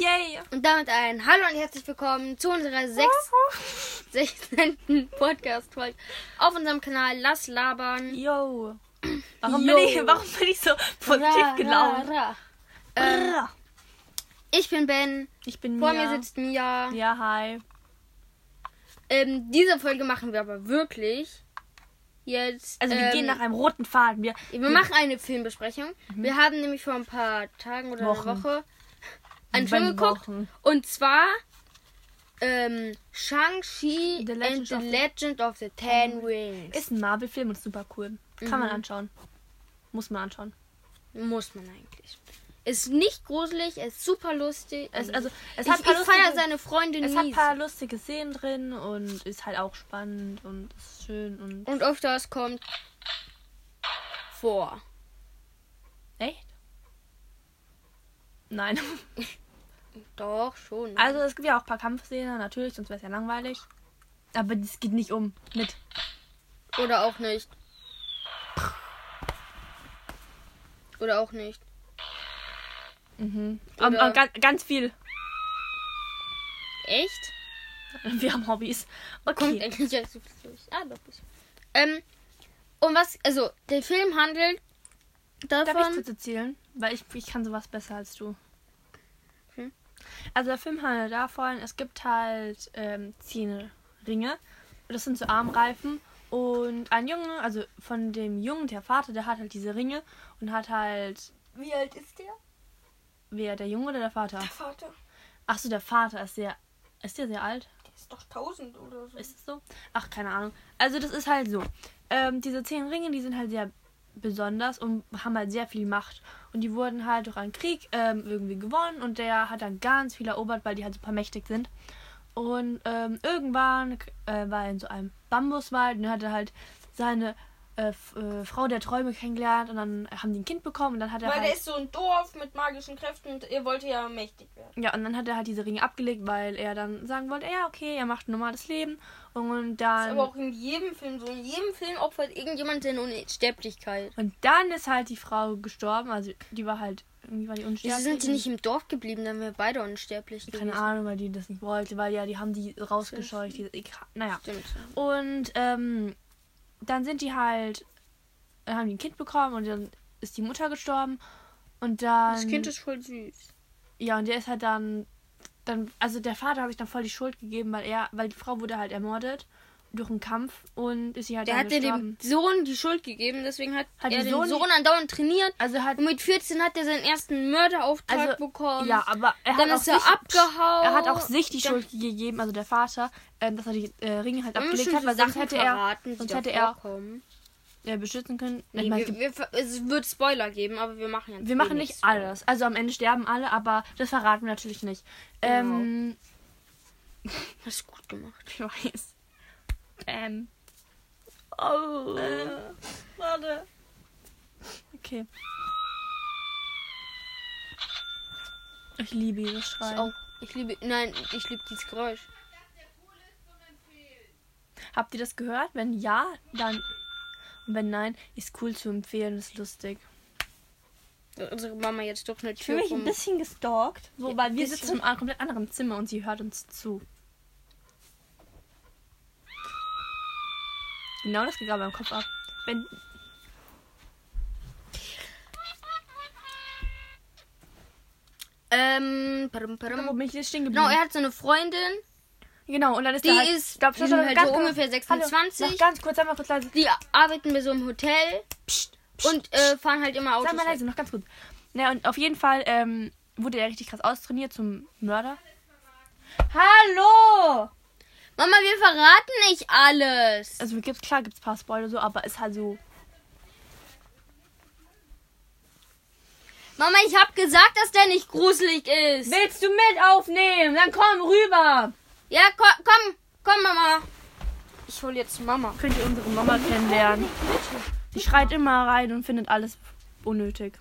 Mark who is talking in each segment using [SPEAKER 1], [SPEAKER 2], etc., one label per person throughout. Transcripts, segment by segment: [SPEAKER 1] Yay!
[SPEAKER 2] Und damit ein Hallo und herzlich willkommen zu unserer sechs- 16. Podcast-Folge auf unserem Kanal Lass Labern.
[SPEAKER 1] Yo! Warum bin,
[SPEAKER 2] Yo.
[SPEAKER 1] ich, warum bin ich so positiv
[SPEAKER 2] Ra,
[SPEAKER 1] gelaunt?
[SPEAKER 2] ra, ra. Ähm,
[SPEAKER 1] Brrr.
[SPEAKER 2] ich bin Ben,
[SPEAKER 1] Ich bin
[SPEAKER 2] vor
[SPEAKER 1] Mia.
[SPEAKER 2] mir sitzt Mia.
[SPEAKER 1] Ja, hi.
[SPEAKER 2] Ähm, diese Folge machen wir aber wirklich jetzt.
[SPEAKER 1] Also wir
[SPEAKER 2] ähm,
[SPEAKER 1] gehen nach einem roten Faden. Wir,
[SPEAKER 2] Wir machen eine Filmbesprechung. Wir haben nämlich vor ein paar Tagen oder einer
[SPEAKER 1] Wochen.
[SPEAKER 2] Woche einen
[SPEAKER 1] Wann
[SPEAKER 2] Film geguckt.
[SPEAKER 1] Wochen?
[SPEAKER 2] Und zwar ähm, Shang-Chi
[SPEAKER 1] The
[SPEAKER 2] and
[SPEAKER 1] Legend
[SPEAKER 2] the
[SPEAKER 1] of the-
[SPEAKER 2] Legend of the Ten Rings.
[SPEAKER 1] Ist ein Marvel-Film und ist super cool. Kann man
[SPEAKER 2] Mhm.
[SPEAKER 1] anschauen. Muss man anschauen.
[SPEAKER 2] Muss man eigentlich. Ist nicht gruselig, ist super lustig.
[SPEAKER 1] Es, also, es
[SPEAKER 2] Mhm. ich
[SPEAKER 1] hat
[SPEAKER 2] ich
[SPEAKER 1] paar lustige-
[SPEAKER 2] feiere seine Freundin
[SPEAKER 1] Es hat
[SPEAKER 2] Nies.
[SPEAKER 1] paar lustige Szenen drin und ist halt auch spannend und ist schön und.
[SPEAKER 2] Und öfters kommt vor.
[SPEAKER 1] Echt? Nein.
[SPEAKER 2] Doch, schon.
[SPEAKER 1] Also es gibt ja auch ein paar Kampfszenen, natürlich, sonst wäre es ja langweilig. Aber das geht nicht um mit.
[SPEAKER 2] Oder auch nicht. Oder auch nicht.
[SPEAKER 1] Mhm.
[SPEAKER 2] Oder-
[SPEAKER 1] Aber ganz, ganz viel.
[SPEAKER 2] Echt?
[SPEAKER 1] Wir haben Hobbys.
[SPEAKER 2] Kommt
[SPEAKER 1] Okay.
[SPEAKER 2] eigentlich jetzt so viel durch. Ah, doch nicht. Ähm, und was, also, der Film handelt
[SPEAKER 1] Darf ich
[SPEAKER 2] davon.
[SPEAKER 1] kurz erzählen? Weil ich, ich kann sowas besser als du.
[SPEAKER 2] Hm.
[SPEAKER 1] Also der Film handelt davon, es gibt halt ähm, zehn Ringe. Das sind so Armreifen. Und ein Junge, also von dem Jungen, der Vater, der hat halt diese Ringe und hat halt.
[SPEAKER 2] Wie alt ist der?
[SPEAKER 1] Wer, der Junge oder der Vater?
[SPEAKER 2] Vater.
[SPEAKER 1] Achso, der Vater ist sehr. Ist der sehr alt?
[SPEAKER 2] Der ist doch 1000 oder so.
[SPEAKER 1] Ist es so? Ach, keine Ahnung. Also das ist halt so. Ähm, diese zehn Ringe, die sind halt sehr besonders und haben halt sehr viel Macht. Und die wurden halt durch einen Krieg ähm, irgendwie gewonnen und der hat dann ganz viel erobert, weil die halt super mächtig sind. Und ähm, irgendwann äh, war er in so einem Bambuswald und hat er halt seine äh, F- äh, Frau der Träume kennengelernt und dann haben die ein Kind bekommen und dann hat er
[SPEAKER 3] Weil
[SPEAKER 1] halt,
[SPEAKER 3] der ist so ein Dorf mit magischen Kräften und ihr wollt ja mächtig werden.
[SPEAKER 1] ja und dann hat er halt diese Ringe abgelegt, weil er dann sagen wollte, ja okay, er macht ein normales Leben und dann
[SPEAKER 3] Ist aber auch in jedem Film so. In jedem Film auch.
[SPEAKER 2] Opfert halt irgendjemand seine Unsterblichkeit.
[SPEAKER 1] Und dann ist halt die Frau gestorben, also die war halt, irgendwie war die
[SPEAKER 2] Wieso
[SPEAKER 1] unsterblich.
[SPEAKER 2] sind die nicht im Dorf geblieben? Dann wären wir beide unsterblich gewesen.
[SPEAKER 1] Keine Ahnung, weil die das nicht wollte, weil ja, die haben die rausgescheucht, diese, ich, naja.
[SPEAKER 2] Stimmt.
[SPEAKER 1] Und ähm, dann sind die halt, dann haben die ein Kind bekommen und dann ist die Mutter gestorben und dann...
[SPEAKER 2] Das Kind ist voll süß.
[SPEAKER 1] Ja, und der ist halt dann, dann, also der Vater habe ich dann voll die Schuld gegeben, weil er, weil die Frau wurde halt ermordet durch einen Kampf und ist sie halt
[SPEAKER 2] Der
[SPEAKER 1] dann
[SPEAKER 2] hat ja
[SPEAKER 1] gestorben.
[SPEAKER 2] dem Sohn die Schuld gegeben, deswegen hat,
[SPEAKER 1] Hat
[SPEAKER 2] er
[SPEAKER 1] die
[SPEAKER 2] den
[SPEAKER 1] Sohn-
[SPEAKER 2] Sohn, andauernd trainiert.
[SPEAKER 1] also halt,
[SPEAKER 2] Und mit 14 hat er seinen ersten Mörderauftrag
[SPEAKER 1] Also,
[SPEAKER 2] bekommen.
[SPEAKER 1] ja, aber er
[SPEAKER 2] Dann
[SPEAKER 1] hat
[SPEAKER 2] ist
[SPEAKER 1] auch
[SPEAKER 2] er
[SPEAKER 1] sich-
[SPEAKER 2] abgehauen.
[SPEAKER 1] Er hat auch sich die
[SPEAKER 2] Dann-
[SPEAKER 1] Schuld gegeben, also der Vater, ähm, dass er die äh, Ringe halt
[SPEAKER 2] Haben wir
[SPEAKER 1] abgelegt
[SPEAKER 2] schon
[SPEAKER 1] hat, weil
[SPEAKER 2] so
[SPEAKER 1] sonst
[SPEAKER 2] Sachen
[SPEAKER 1] hätte er
[SPEAKER 2] verraten, die
[SPEAKER 1] sonst
[SPEAKER 2] da
[SPEAKER 1] hätte er-
[SPEAKER 2] vorkommen?
[SPEAKER 1] äh, beschützen können. ich
[SPEAKER 2] Nee,
[SPEAKER 1] meine, es
[SPEAKER 2] wir,
[SPEAKER 1] gibt,
[SPEAKER 2] wir, ver- es wird Spoiler geben, aber wir machen jetzt
[SPEAKER 1] wir machen
[SPEAKER 2] wenig
[SPEAKER 1] nicht
[SPEAKER 2] Spoiler.
[SPEAKER 1] alles. Also am Ende sterben alle, aber das verraten wir natürlich nicht.
[SPEAKER 2] Genau.
[SPEAKER 1] Ähm,
[SPEAKER 2] Hast du gut gemacht.
[SPEAKER 1] ich weiß. Ähm.
[SPEAKER 3] Äh,
[SPEAKER 1] Oh.
[SPEAKER 3] Warte.
[SPEAKER 1] Okay. Ich liebe dieses Schreien.
[SPEAKER 2] Ich auch. Ich liebe. Nein, ich liebe dieses Geräusch.
[SPEAKER 1] Habt ihr das gehört? Wenn ja, dann. Und wenn nein, ist cool zu empfehlen, ist lustig.
[SPEAKER 2] Dass Unsere Mama jetzt durch eine
[SPEAKER 3] Ich fühle
[SPEAKER 2] Tür
[SPEAKER 3] mich ein
[SPEAKER 2] rum.
[SPEAKER 3] bisschen gestalkt.
[SPEAKER 1] So, weil wir
[SPEAKER 2] bisschen.
[SPEAKER 1] sitzen in einem komplett anderen Zimmer und sie hört uns zu. Genau das geht gerade beim Kopf ab. Wenn.
[SPEAKER 2] Ähm. Padum, padum.
[SPEAKER 1] Wo bin ich jetzt stehen geblieben?
[SPEAKER 2] Genau, er hat so eine Freundin,
[SPEAKER 1] genau, und dann ist
[SPEAKER 2] die
[SPEAKER 1] der halt,
[SPEAKER 2] ist
[SPEAKER 1] Stopp, stopp, stopp,
[SPEAKER 2] halt
[SPEAKER 1] ganz
[SPEAKER 2] so
[SPEAKER 1] kurz.
[SPEAKER 2] ungefähr
[SPEAKER 1] Hallo,
[SPEAKER 2] 26.
[SPEAKER 1] noch ganz kurz, sei mal kurz leise.
[SPEAKER 2] die arbeiten bei so einem Hotel
[SPEAKER 1] Psst,
[SPEAKER 2] und äh, fahren halt immer Autos.
[SPEAKER 1] sei mal
[SPEAKER 2] weg.
[SPEAKER 1] leise, noch ganz kurz. Na, und auf jeden Fall ähm, wurde er richtig krass austrainiert zum Mörder. Hallo!
[SPEAKER 2] Mama, wir verraten nicht alles.
[SPEAKER 1] Also gibt's, klar gibt es ein paar Spoiler so, aber ist halt so.
[SPEAKER 2] Mama, ich hab gesagt, dass der nicht gruselig ist.
[SPEAKER 1] Willst du mit aufnehmen? Dann komm rüber!
[SPEAKER 2] Ja, komm, komm, komm, Mama. Ich hol jetzt Mama.
[SPEAKER 1] könnt ihr unsere Mama kennenlernen. Die schreit immer rein und findet alles unnötig.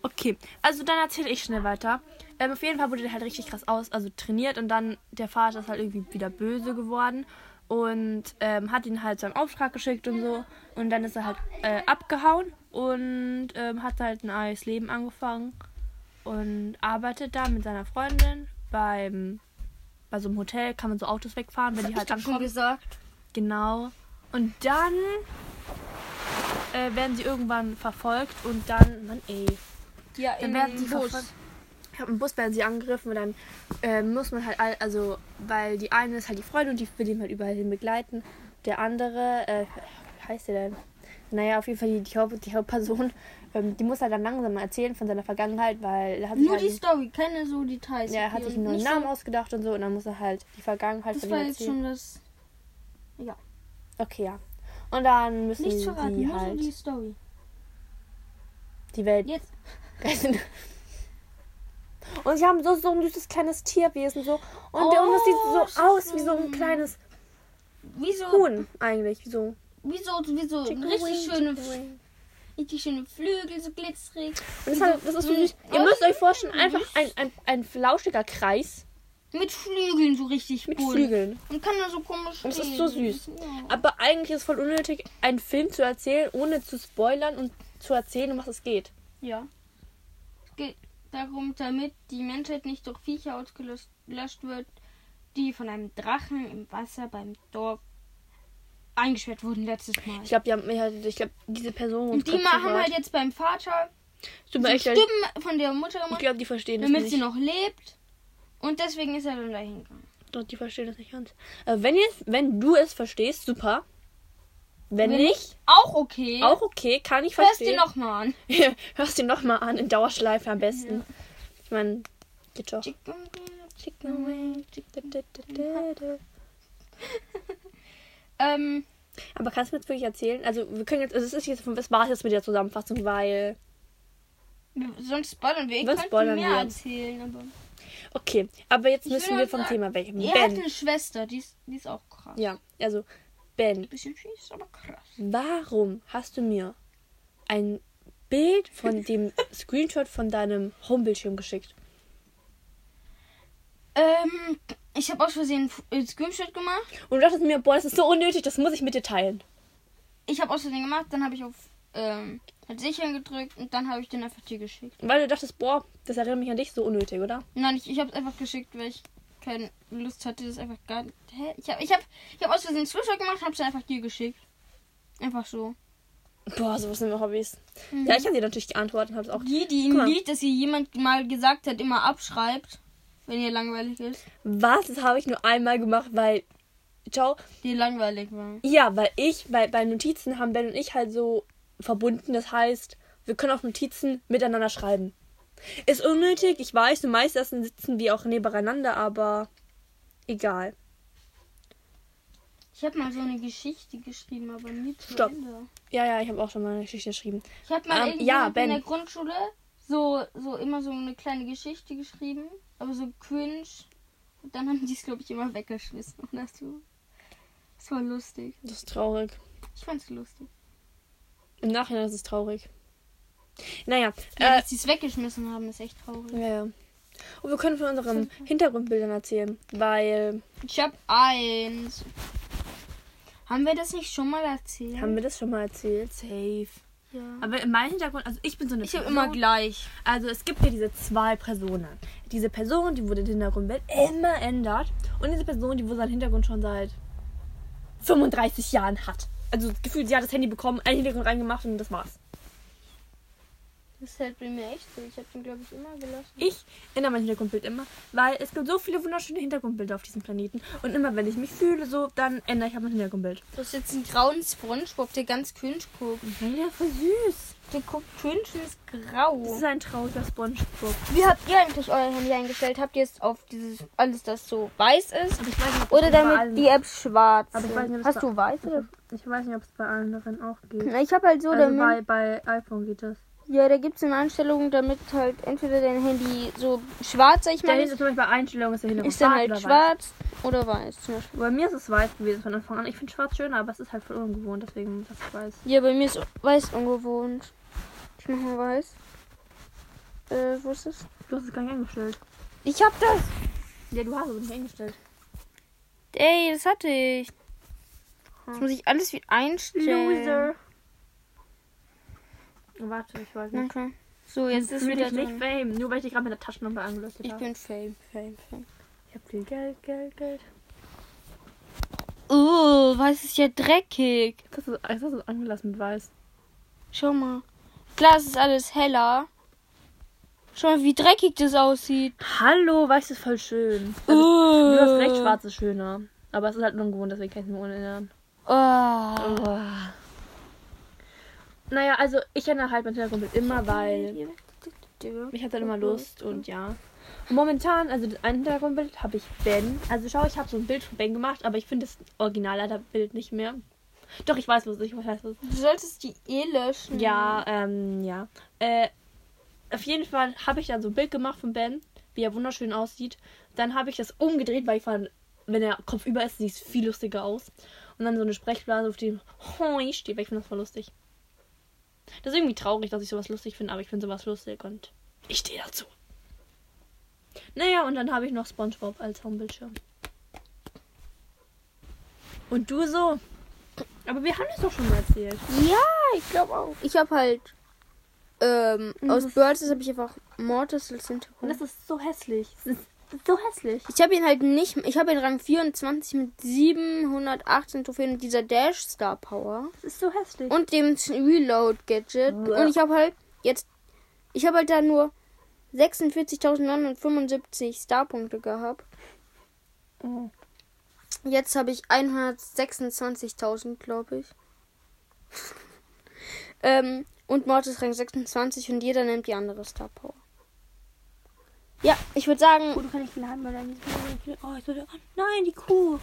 [SPEAKER 1] Okay, also dann erzähle ich schnell weiter. Ähm, auf jeden Fall wurde der halt richtig krass aus, also trainiert und dann der Vater ist halt irgendwie wieder böse geworden und ähm, hat ihn halt so einen Auftrag geschickt und so und dann ist er halt äh, abgehauen und ähm, hat halt ein neues Leben angefangen und arbeitet da mit seiner Freundin beim bei so einem Hotel kann man so Autos wegfahren, wenn die halt
[SPEAKER 3] Hab ich schon
[SPEAKER 1] ankommen.
[SPEAKER 3] gesagt.
[SPEAKER 1] Genau. Und dann äh, werden sie irgendwann verfolgt und dann, Mann ey,
[SPEAKER 2] Ja,
[SPEAKER 1] dann
[SPEAKER 2] im
[SPEAKER 1] werden sie
[SPEAKER 2] Bus.
[SPEAKER 1] verfolgt. Ja, Im Bus werden sie angegriffen und dann äh, muss man halt, all, also, weil die eine ist halt die Freundin und die will ihn halt überall hin begleiten. Der andere, äh, wie heißt der denn? Naja, auf jeden Fall die, die, Haupt, die Hauptperson, ähm, die muss halt dann langsam mal erzählen von seiner Vergangenheit, weil er hat sich
[SPEAKER 3] Nur
[SPEAKER 1] halt
[SPEAKER 3] die
[SPEAKER 1] nicht-
[SPEAKER 3] Story, keine so Details.
[SPEAKER 1] ja, er hat
[SPEAKER 3] Okay,
[SPEAKER 1] sich
[SPEAKER 3] und
[SPEAKER 1] nur einen
[SPEAKER 3] nicht
[SPEAKER 1] Namen ausgedacht und so und dann muss er halt die Vergangenheit
[SPEAKER 3] So, das
[SPEAKER 1] von ihm
[SPEAKER 3] war jetzt
[SPEAKER 1] erzählen.
[SPEAKER 3] schon das.
[SPEAKER 1] Okay, ja. Und dann müssen
[SPEAKER 3] Nichts verraten,
[SPEAKER 1] die
[SPEAKER 3] nur so
[SPEAKER 1] halt
[SPEAKER 3] die
[SPEAKER 1] die,
[SPEAKER 3] Story.
[SPEAKER 1] Welt
[SPEAKER 3] Jetzt.
[SPEAKER 1] retten. Und sie haben so, so ein süßes kleines Tierwesen so. Und, der, und das
[SPEAKER 3] Oh,
[SPEAKER 1] sieht so aus
[SPEAKER 3] süß.
[SPEAKER 1] wie so ein kleines
[SPEAKER 3] Wieso,
[SPEAKER 1] Huhn eigentlich. Wie so.
[SPEAKER 3] wieso, wieso,
[SPEAKER 1] Chicken
[SPEAKER 3] richtig
[SPEAKER 1] wing,
[SPEAKER 3] schöne,
[SPEAKER 1] chicken wing.
[SPEAKER 3] richtig schöne Flügel, so glitzerig.
[SPEAKER 1] Und das, hat, das ist so süß. Ihr müsst euch vorstellen, einfach ein, ein, ein flauschiger Kreis
[SPEAKER 3] Mit Flügeln, so richtig
[SPEAKER 1] mit
[SPEAKER 3] bunt.
[SPEAKER 1] Flügeln.
[SPEAKER 3] Und kann da so komisch
[SPEAKER 1] Und es ist
[SPEAKER 3] stehen.
[SPEAKER 1] so süß.
[SPEAKER 3] Ja.
[SPEAKER 1] Aber eigentlich ist es voll unnötig, einen Film zu erzählen, ohne zu spoilern und zu erzählen, um was es geht.
[SPEAKER 3] ja.
[SPEAKER 2] Es geht darum, damit die Menschheit nicht durch Viecher ausgelöscht löscht wird, die von einem Drachen im Wasser beim Dorf eingesperrt wurden letztes Mal.
[SPEAKER 1] Ich glaube, die haben, ich glaube, diese Person
[SPEAKER 2] Und die machen halt jetzt beim Vater
[SPEAKER 1] Tut mir
[SPEAKER 2] die
[SPEAKER 1] echt leid.
[SPEAKER 2] Stimmen von der Mutter
[SPEAKER 1] Ich
[SPEAKER 2] gemacht,
[SPEAKER 1] glaube, die verstehen das
[SPEAKER 2] damit
[SPEAKER 1] nicht.
[SPEAKER 2] sie noch lebt. Und deswegen ist er dann dahin gegangen.
[SPEAKER 1] Doch, die verstehen das nicht ganz. Äh, wenn, ihr, wenn du es verstehst, super. Wenn, nicht,
[SPEAKER 2] Auch okay.
[SPEAKER 1] auch okay, kann ich
[SPEAKER 2] Hörst
[SPEAKER 1] verstehen.
[SPEAKER 2] dir nochmal an.
[SPEAKER 1] Hörst dir nochmal an, in Dauerschleife am besten. Ich meine, geht doch.
[SPEAKER 2] Chicken
[SPEAKER 1] Chicken wing, chicken da, da, da, da.
[SPEAKER 2] Ähm,
[SPEAKER 1] Aber kannst du mir jetzt wirklich erzählen? Also, wir können jetzt, also es ist jetzt, das war jetzt mit der Zusammenfassung, weil.
[SPEAKER 2] wir- sonst spoilern wir. Ich
[SPEAKER 1] Was
[SPEAKER 2] könnte
[SPEAKER 1] spoilern
[SPEAKER 2] mehr
[SPEAKER 1] wir?
[SPEAKER 2] erzählen, aber...
[SPEAKER 1] Okay, aber jetzt
[SPEAKER 2] Ich
[SPEAKER 1] müssen
[SPEAKER 2] will
[SPEAKER 1] wir
[SPEAKER 2] nur
[SPEAKER 1] vom
[SPEAKER 2] sagen,
[SPEAKER 1] Thema weg.
[SPEAKER 2] Er hat
[SPEAKER 1] Ben.
[SPEAKER 2] eine Schwester, die ist, die ist auch krass.
[SPEAKER 1] Ja, also, Ben,
[SPEAKER 2] Bisschen süß, aber krass.
[SPEAKER 1] warum hast du mir ein Bild von dem Screenshot von deinem Homebildschirm geschickt?
[SPEAKER 2] Ähm, ich habe aus Versehen ein Screenshot gemacht.
[SPEAKER 1] Und du dachtest mir, boah, das ist so unnötig, das muss ich mit dir teilen.
[SPEAKER 2] Ich habe aus Versehen gemacht, dann habe ich auf ähm, halt sichern gedrückt und dann habe ich den einfach dir geschickt.
[SPEAKER 1] Weil du dachtest, boah, das erinnert mich an dich, so unnötig, oder?
[SPEAKER 2] Nein, ich, ich habe es einfach geschickt, weil ich keine Lust hatte, das einfach gar nicht. Hä? Ich habe ich hab, ich hab aus Versehen einen Screenshot gemacht, habe es einfach dir geschickt. Einfach so.
[SPEAKER 1] Boah, sowas sind immer Hobbys. Ja, ich habe dir natürlich geantwortet und habe es auch.
[SPEAKER 2] Die, die
[SPEAKER 1] Guck
[SPEAKER 2] im
[SPEAKER 1] mal.
[SPEAKER 2] Lied, dass ihr jemand mal gesagt hat, immer abschreibt, wenn ihr langweilig ist,
[SPEAKER 1] Was? Das habe ich nur einmal gemacht, weil. Ciao.
[SPEAKER 2] die langweilig war.
[SPEAKER 1] Ja, weil ich, weil bei Notizen haben Ben und ich halt so verbunden. Das heißt, wir können auf Notizen miteinander schreiben. Ist unnötig, ich weiß, und meistens sitzen wir auch nebeneinander, aber egal.
[SPEAKER 2] Ich habe mal so eine Geschichte geschrieben, aber nie zu
[SPEAKER 1] Stopp.
[SPEAKER 2] Ende.
[SPEAKER 1] Ja, ja, ich habe auch schon mal eine Geschichte geschrieben.
[SPEAKER 2] Ich habe mal
[SPEAKER 1] Ähm,
[SPEAKER 2] irgendwie
[SPEAKER 1] ja,
[SPEAKER 2] in
[SPEAKER 1] Ben.
[SPEAKER 2] der Grundschule so, so immer so eine kleine Geschichte geschrieben, aber so cringe. Und dann haben die es, glaube ich, immer weggeschmissen oder so. Das war lustig.
[SPEAKER 1] Das ist traurig.
[SPEAKER 2] Ich fand's lustig.
[SPEAKER 1] Im Nachhinein ist es traurig. Naja,
[SPEAKER 2] Ja,
[SPEAKER 1] äh,
[SPEAKER 2] dass die es weggeschmissen haben, ist echt traurig.
[SPEAKER 1] ja, ja. Und wir können von unseren Hintergrundbildern erzählen, weil
[SPEAKER 2] Ich habe eins. Haben wir das nicht schon mal erzählt?
[SPEAKER 1] haben wir das schon mal erzählt? Safe.
[SPEAKER 2] ja.
[SPEAKER 1] Aber in meinem Hintergrund, also ich bin so eine
[SPEAKER 2] Ich habe immer gleich.
[SPEAKER 1] Also es gibt ja diese zwei Personen. Diese Person, die wurde den Hintergrundbild immer ändert und diese Person, die wohl seinen Hintergrund schon seit 35 Jahren hat. Also gefühlt, sie hat das Handy bekommen, einen Hintergrund reingemacht und das war's.
[SPEAKER 2] Das ist halt bei mir echt so. Ich habe den, glaube ich, immer gelassen.
[SPEAKER 1] Ich ändere mein Hintergrundbild immer, weil es gibt so viele wunderschöne Hintergrundbilder auf diesem Planeten und immer wenn ich mich fühle so, dann ändere ich halt mein Hintergrundbild.
[SPEAKER 2] Du hast jetzt einen grauen Spongebob, der ganz cringe guckt.
[SPEAKER 1] Hey, der ist voll süß.
[SPEAKER 2] Der guckt cringe und ist grau.
[SPEAKER 1] Das ist ein trauriger SpongeBob.
[SPEAKER 2] Wie habt ihr eigentlich euer Handy eingestellt? Habt ihr es auf dieses alles, das so weiß ist?
[SPEAKER 1] Aber ich weiß nicht, ob
[SPEAKER 2] Oder
[SPEAKER 1] das bei allen-
[SPEAKER 2] damit die App schwarz?
[SPEAKER 1] Aber ich weiß nicht, ob
[SPEAKER 2] sind?
[SPEAKER 1] das
[SPEAKER 2] Hast du weiß oder?
[SPEAKER 1] Ich weiß nicht, ob es bei anderen auch geht.
[SPEAKER 2] Na, Ich habe halt so
[SPEAKER 1] Also bei,
[SPEAKER 2] damit.
[SPEAKER 1] bei iPhone geht das.
[SPEAKER 2] Ja, da gibt es eine Einstellung, damit halt entweder dein Handy so schwarz, sag ich
[SPEAKER 1] Der
[SPEAKER 2] mal,
[SPEAKER 1] Hintergrund
[SPEAKER 2] ist,
[SPEAKER 1] zum Beispiel bei Einstellungen ist der Hintergrund
[SPEAKER 2] ist dann
[SPEAKER 1] schwarz
[SPEAKER 2] halt
[SPEAKER 1] oder weiß.
[SPEAKER 2] schwarz oder weiß zum Beispiel.
[SPEAKER 1] Bei mir ist es weiß gewesen von Anfang an. Ich finde schwarz schöner, aber es ist halt voll ungewohnt, deswegen das ich weiß.
[SPEAKER 2] Ja, bei mir ist weiß ungewohnt. Ich mach mal weiß. Äh, wo ist es?
[SPEAKER 1] Du hast es gar nicht eingestellt.
[SPEAKER 2] Ich hab das!
[SPEAKER 1] Ja, du hast es nicht eingestellt.
[SPEAKER 2] Ey, das hatte ich. Jetzt muss ich alles wieder einstellen.
[SPEAKER 1] Loser. Warte, ich weiß nicht.
[SPEAKER 2] Okay. So, jetzt ist
[SPEAKER 1] Fühl
[SPEAKER 2] wieder
[SPEAKER 1] Hm, dich nicht
[SPEAKER 2] drin.
[SPEAKER 1] fame, nur weil ich dich gerade mit der Taschenlampe angelöst
[SPEAKER 2] Ich
[SPEAKER 1] habe.
[SPEAKER 2] bin Fame, Fame, Fame.
[SPEAKER 1] Ich hab viel Geld, Geld, Geld.
[SPEAKER 2] Oh, was ist ja dreckig.
[SPEAKER 1] Das ist, das ist angelassen mit weiß.
[SPEAKER 2] Schau mal. Glas ist alles heller. Schau mal, wie dreckig das aussieht.
[SPEAKER 1] Hallo, weiß ist voll schön. Also,
[SPEAKER 2] Oh.
[SPEAKER 1] Du hast recht, schwarz ist schöner. Aber es ist halt ungewohnt, deswegen kann ich es mir erinnern.
[SPEAKER 2] Oh.
[SPEAKER 1] Naja, also ich erinnere halt mein Hintergrundbild immer, weil ich hatte dann immer Lust und ja. Und momentan, also das eine Hintergrundbild habe ich Ben. Also schau, ich habe so ein Bild von Ben gemacht, aber ich finde das originale Bild nicht mehr. Doch, ich weiß was, ich weiß was.
[SPEAKER 2] Du solltest die eh löschen.
[SPEAKER 1] Ja, ähm, ja. Äh, auf jeden Fall habe ich dann so ein Bild gemacht von Ben, wie er wunderschön aussieht. Dann habe ich das umgedreht, weil ich fand, wenn er Kopf über ist, sieht es viel lustiger aus. Und dann so eine Sprechblase, auf dem Hoi steht, weil ich finde das voll lustig. Das ist irgendwie traurig, dass ich sowas lustig finde, aber ich finde sowas lustig und ich stehe dazu. Naja, und dann habe ich noch Spongebob als Homebildschirm. Und du so? Aber wir haben das doch schon mal erzählt.
[SPEAKER 2] Ja, ich glaube auch. Ich habe halt ähm, aus Birds habe ich einfach Mortisels
[SPEAKER 1] Und
[SPEAKER 2] Hintergrund.
[SPEAKER 1] das ist so hässlich. Es ist so hässlich.
[SPEAKER 2] Ich habe ihn halt nicht. Ich habe ihn Rang 24 mit 718 Trophäen und dieser Dash Star Power
[SPEAKER 1] Es ist so hässlich.
[SPEAKER 2] und dem Reload Gadget.
[SPEAKER 1] Uah.
[SPEAKER 2] Und ich habe halt jetzt. Ich habe halt da nur 46.975 Starpunkte gehabt.
[SPEAKER 1] Oh.
[SPEAKER 2] Jetzt habe ich 126.000, glaube ich. ähm, und Mortis Rang 26 und jeder nimmt die andere Star Power. Ja, ich würde sagen,
[SPEAKER 1] du kannst nicht viel haben, weil dann Oh, ich würde. Oh, nein, die Kuh.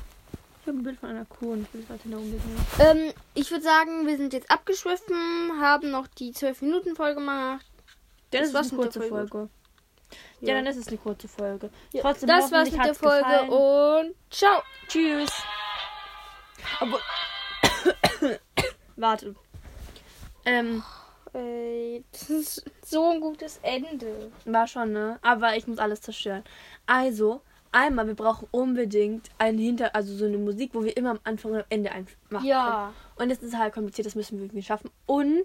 [SPEAKER 1] Ich habe ein Bild von einer Kuh und ich will das halt hinter unbedingt.
[SPEAKER 2] ähm, ich würde sagen, wir sind jetzt abgeschwiffen, haben noch die 12 Minuten voll gemacht.
[SPEAKER 1] Dann
[SPEAKER 2] Das
[SPEAKER 1] ist
[SPEAKER 2] war's
[SPEAKER 1] es eine
[SPEAKER 2] mit der
[SPEAKER 1] kurze
[SPEAKER 2] Folge.
[SPEAKER 1] Folge. Ja, dann ist es eine kurze Folge. Trotzdem,
[SPEAKER 2] das war's
[SPEAKER 1] hoffentlich
[SPEAKER 2] mit der
[SPEAKER 1] hat's
[SPEAKER 2] Folge
[SPEAKER 1] gefallen.
[SPEAKER 2] und ciao. Tschüss.
[SPEAKER 1] Obwohl- Warte. Ähm,
[SPEAKER 2] Ey, Äh, das ist so ein gutes Ende.
[SPEAKER 1] war schon, ne? Aber ich muss alles zerstören. Also, einmal, wir brauchen unbedingt einen Hinter... Also so eine Musik, wo wir immer am Anfang und am Ende ein- machen können.
[SPEAKER 2] Ja.
[SPEAKER 1] Und es ist halt kompliziert, das müssen wir irgendwie schaffen. Und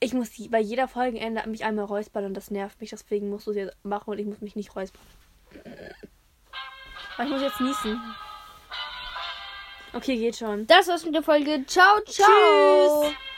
[SPEAKER 1] ich muss die- bei jeder Folgenende mich einmal räuspern und das nervt mich. Deswegen musst du es jetzt machen und ich muss mich nicht räuspern. Aber ich muss jetzt niesen. Okay, geht schon.
[SPEAKER 2] Das war's mit der Folge. Ciao, ciao.
[SPEAKER 1] Tschüss.